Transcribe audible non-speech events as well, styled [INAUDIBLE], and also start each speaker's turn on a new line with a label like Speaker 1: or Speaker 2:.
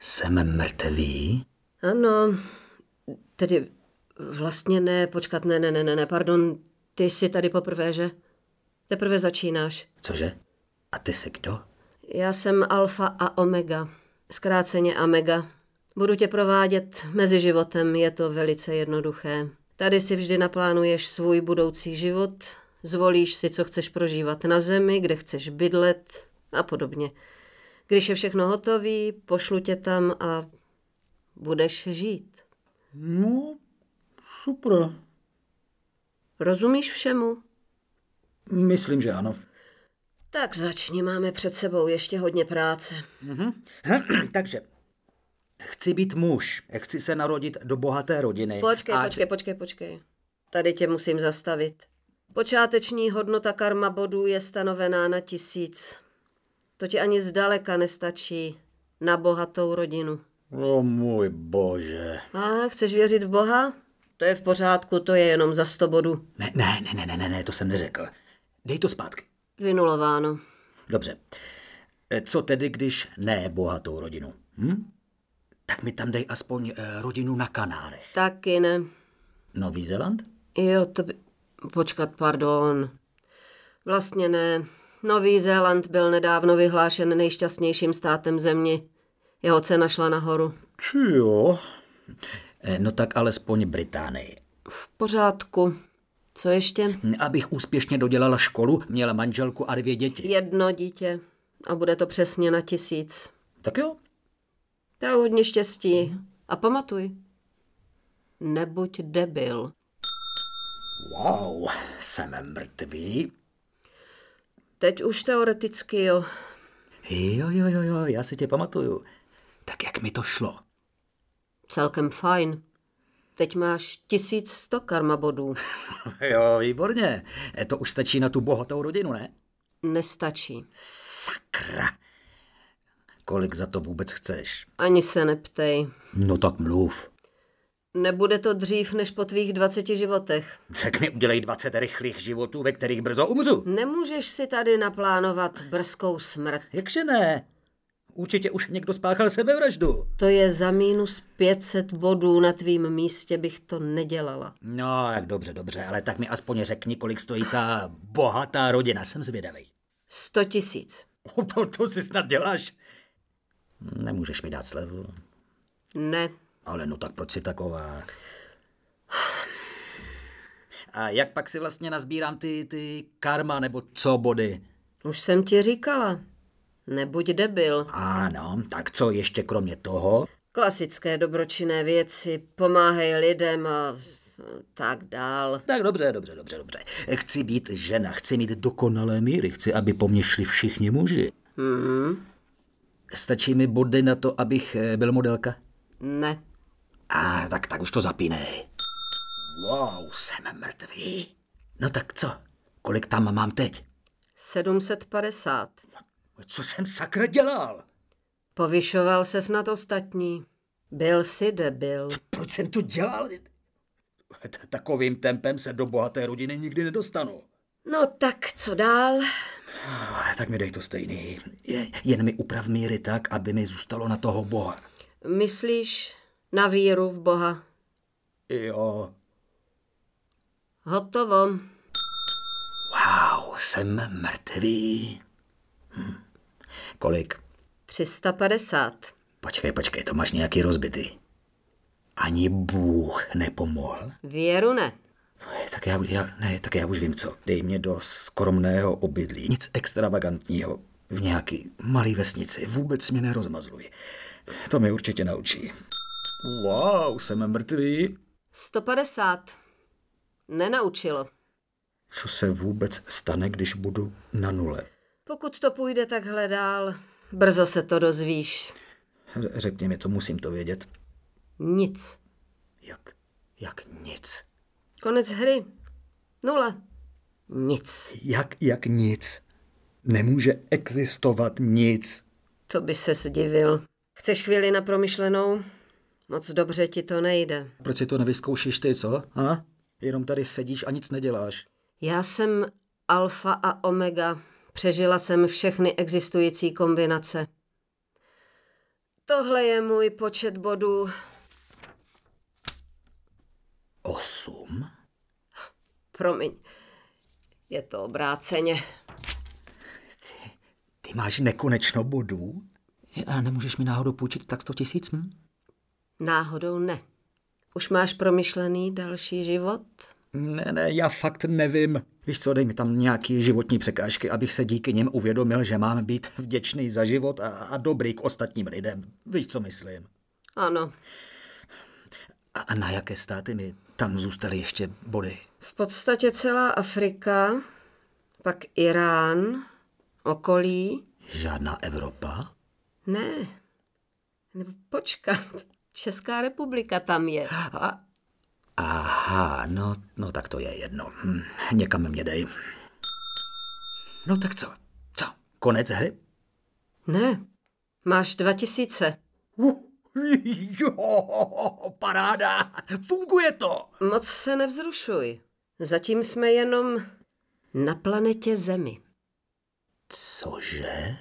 Speaker 1: jsem mrtvý?
Speaker 2: Ano, tedy vlastně ne, počkat, ne, ne, ne, ne, ne, pardon, ty jsi tady poprvé, že? Teprve začínáš.
Speaker 1: Cože? A ty jsi kdo?
Speaker 2: Já jsem alfa a omega, zkráceně omega. Budu tě provádět mezi životem, je to velice jednoduché. Tady si vždy naplánuješ svůj budoucí život, zvolíš si, co chceš prožívat na zemi, kde chceš bydlet a podobně. Když je všechno hotový, pošlu tě tam a budeš žít.
Speaker 3: No, super.
Speaker 2: Rozumíš všemu?
Speaker 3: Myslím, že ano.
Speaker 2: Tak začni, máme před sebou ještě hodně práce.
Speaker 3: [CLEARS THROAT] Takže, chci být muž, chci se narodit do bohaté rodiny.
Speaker 2: Počkej,
Speaker 3: a-
Speaker 2: počkej, počkej, počkej. Tady tě musím zastavit. Počáteční hodnota karma bodů je stanovená na tisíc. To ti ani zdaleka nestačí na bohatou rodinu.
Speaker 3: O můj bože.
Speaker 2: A chceš věřit v Boha? To je v pořádku, to je jenom za 100 bodů.
Speaker 3: Ne, ne, ne, ne, ne, ne, ne, to jsem neřekl. Dej to zpátky.
Speaker 2: Vynulováno.
Speaker 3: Dobře. E, Co tedy, když ne bohatou rodinu? Hm? Tak mi tam dej aspoň eh, rodinu na Kanárech.
Speaker 2: Taky ne.
Speaker 3: Nový Zéland?
Speaker 2: Jo, to by... Počkat, pardon. Vlastně ne. Nový Zéland byl nedávno vyhlášen nejšťastnějším státem země. Jeho cena šla nahoru.
Speaker 3: Či jo. No tak alespoň Británii.
Speaker 2: V pořádku. Co ještě?
Speaker 3: Abych úspěšně dodělala školu, měla manželku a dvě děti.
Speaker 2: Jedno dítě. A bude to přesně na tisíc.
Speaker 3: Tak jo.
Speaker 2: Tak hodně štěstí. A pamatuj. Nebuď debil.
Speaker 3: Wow, jsem mrtvý.
Speaker 2: Teď už teoreticky jo.
Speaker 3: Jo, jo, jo, jo, já si tě pamatuju. Tak jak mi to šlo?
Speaker 2: Celkem fajn. Teď máš tisíc sto karma bodů.
Speaker 3: Jo, výborně. E, To už stačí na tu bohatou rodinu, ne?
Speaker 2: Nestačí.
Speaker 3: Sakra. Kolik za to vůbec chceš?
Speaker 2: Ani se neptej.
Speaker 3: No tak mluv.
Speaker 2: Nebude to dřív než po tvých 20 životech.
Speaker 3: Tak mi udělej 20 rychlých životů, ve kterých brzo umřu.
Speaker 2: Nemůžeš si tady naplánovat brzkou smrt.
Speaker 3: Jakže ne? Určitě už někdo spáchal sebevraždu.
Speaker 2: To je za minus 500 bodů na tvým místě, bych to nedělala.
Speaker 3: No, tak dobře, dobře, ale tak mi aspoň řekni, kolik stojí ta bohatá rodina. Jsem zvědavý.
Speaker 2: 100 tisíc.
Speaker 3: [LAUGHS] To, to si snad děláš. Nemůžeš mi dát slevu.
Speaker 2: Ne.
Speaker 3: Ale no tak proč si taková? A jak pak si vlastně nazbírám ty, ty karma nebo co body?
Speaker 2: Už jsem ti říkala. Nebuď debil.
Speaker 3: Ano, tak co ještě kromě toho?
Speaker 2: Klasické dobročinné věci, pomáhej lidem a tak dál.
Speaker 3: Tak dobře, dobře, dobře, dobře. Chci být žena, chci mít dokonalé míry, chci, aby po mně šli všichni muži.
Speaker 2: Hmm.
Speaker 3: Stačí mi body na to, abych eh, byl modelka?
Speaker 2: Ne.
Speaker 3: A tak, tak už to zapínej. Wow, jsem mrtvý. No tak co? Kolik tam mám teď?
Speaker 2: 750.
Speaker 3: Co jsem sakra dělal?
Speaker 2: Povyšoval se snad ostatní. Byl si debil.
Speaker 3: Proč jsem to dělal? T- Takovým tempem se do bohaté rodiny nikdy nedostanu.
Speaker 2: No tak, co dál?
Speaker 3: Ah, Tak mi dej to stejný. Je- Jen mi uprav míry tak, aby mi zůstalo na toho boha.
Speaker 2: Myslíš na víru v Boha?
Speaker 3: Jo.
Speaker 2: Hotovo.
Speaker 3: Wow, jsem mrtvý. Hm. Kolik?
Speaker 2: 350.
Speaker 3: Počkej, počkej, to máš nějaký rozbitý. Ani Bůh nepomohl. No,
Speaker 2: Věru ne.
Speaker 3: Tak já, já, ne, tak já už vím co. Dej mě do skromného obydlí. Nic extravagantního. V nějaký malý vesnici. Vůbec mě nerozmazluj. To mě určitě naučí. Wow, jsem mrtvý.
Speaker 2: 150. Nenaučilo.
Speaker 3: Co se vůbec stane, když budu na nule?
Speaker 2: Pokud to půjde takhle dál, brzo se to dozvíš.
Speaker 3: Ře- Řekni mi to, musím to vědět.
Speaker 2: Nic.
Speaker 3: Jak, jak nic.
Speaker 2: Konec hry. Nula. Nic.
Speaker 3: Jak, jak nic. Nemůže existovat nic.
Speaker 2: To by se divil. Chceš chvíli na promyšlenou? Moc dobře ti to nejde.
Speaker 3: Proč si to nevyzkoušíš ty, co? A? Jenom tady sedíš a nic neděláš.
Speaker 2: Já jsem alfa a omega. Přežila jsem všechny existující kombinace. Tohle je můj počet bodů.
Speaker 3: Osm?
Speaker 2: Promiň, je to obráceně.
Speaker 3: Ty máš nekonečno bodů? A nemůžeš mi náhodou půjčit tak sto tisíc? Hm?
Speaker 2: Náhodou ne. Už máš promyšlený další život?
Speaker 3: Ne, ne, já fakt nevím. Víš co, dej mi tam nějaký životní překážky, abych se díky něm uvědomil, že mám být vděčný za život a, a dobrý k ostatním lidem. Víš, co myslím.
Speaker 2: Ano,
Speaker 3: A, a na jaké státy mi tam zůstaly ještě body?
Speaker 2: v podstatě celá Afrika, pak Irán, okolí.
Speaker 3: Žádná Evropa?
Speaker 2: Ne, nebo počkat, Česká republika tam je.
Speaker 3: A, aha, no, no tak to je jedno. Hm, někam mě dej. No tak co? Co? Konec hry?
Speaker 2: Ne, máš 2000.
Speaker 3: Uh, [LAUGHS] jo, paráda! Funguje to!
Speaker 2: Moc se nevzrušuj. Zatím jsme jenom na planetě Zemi.
Speaker 3: Cože?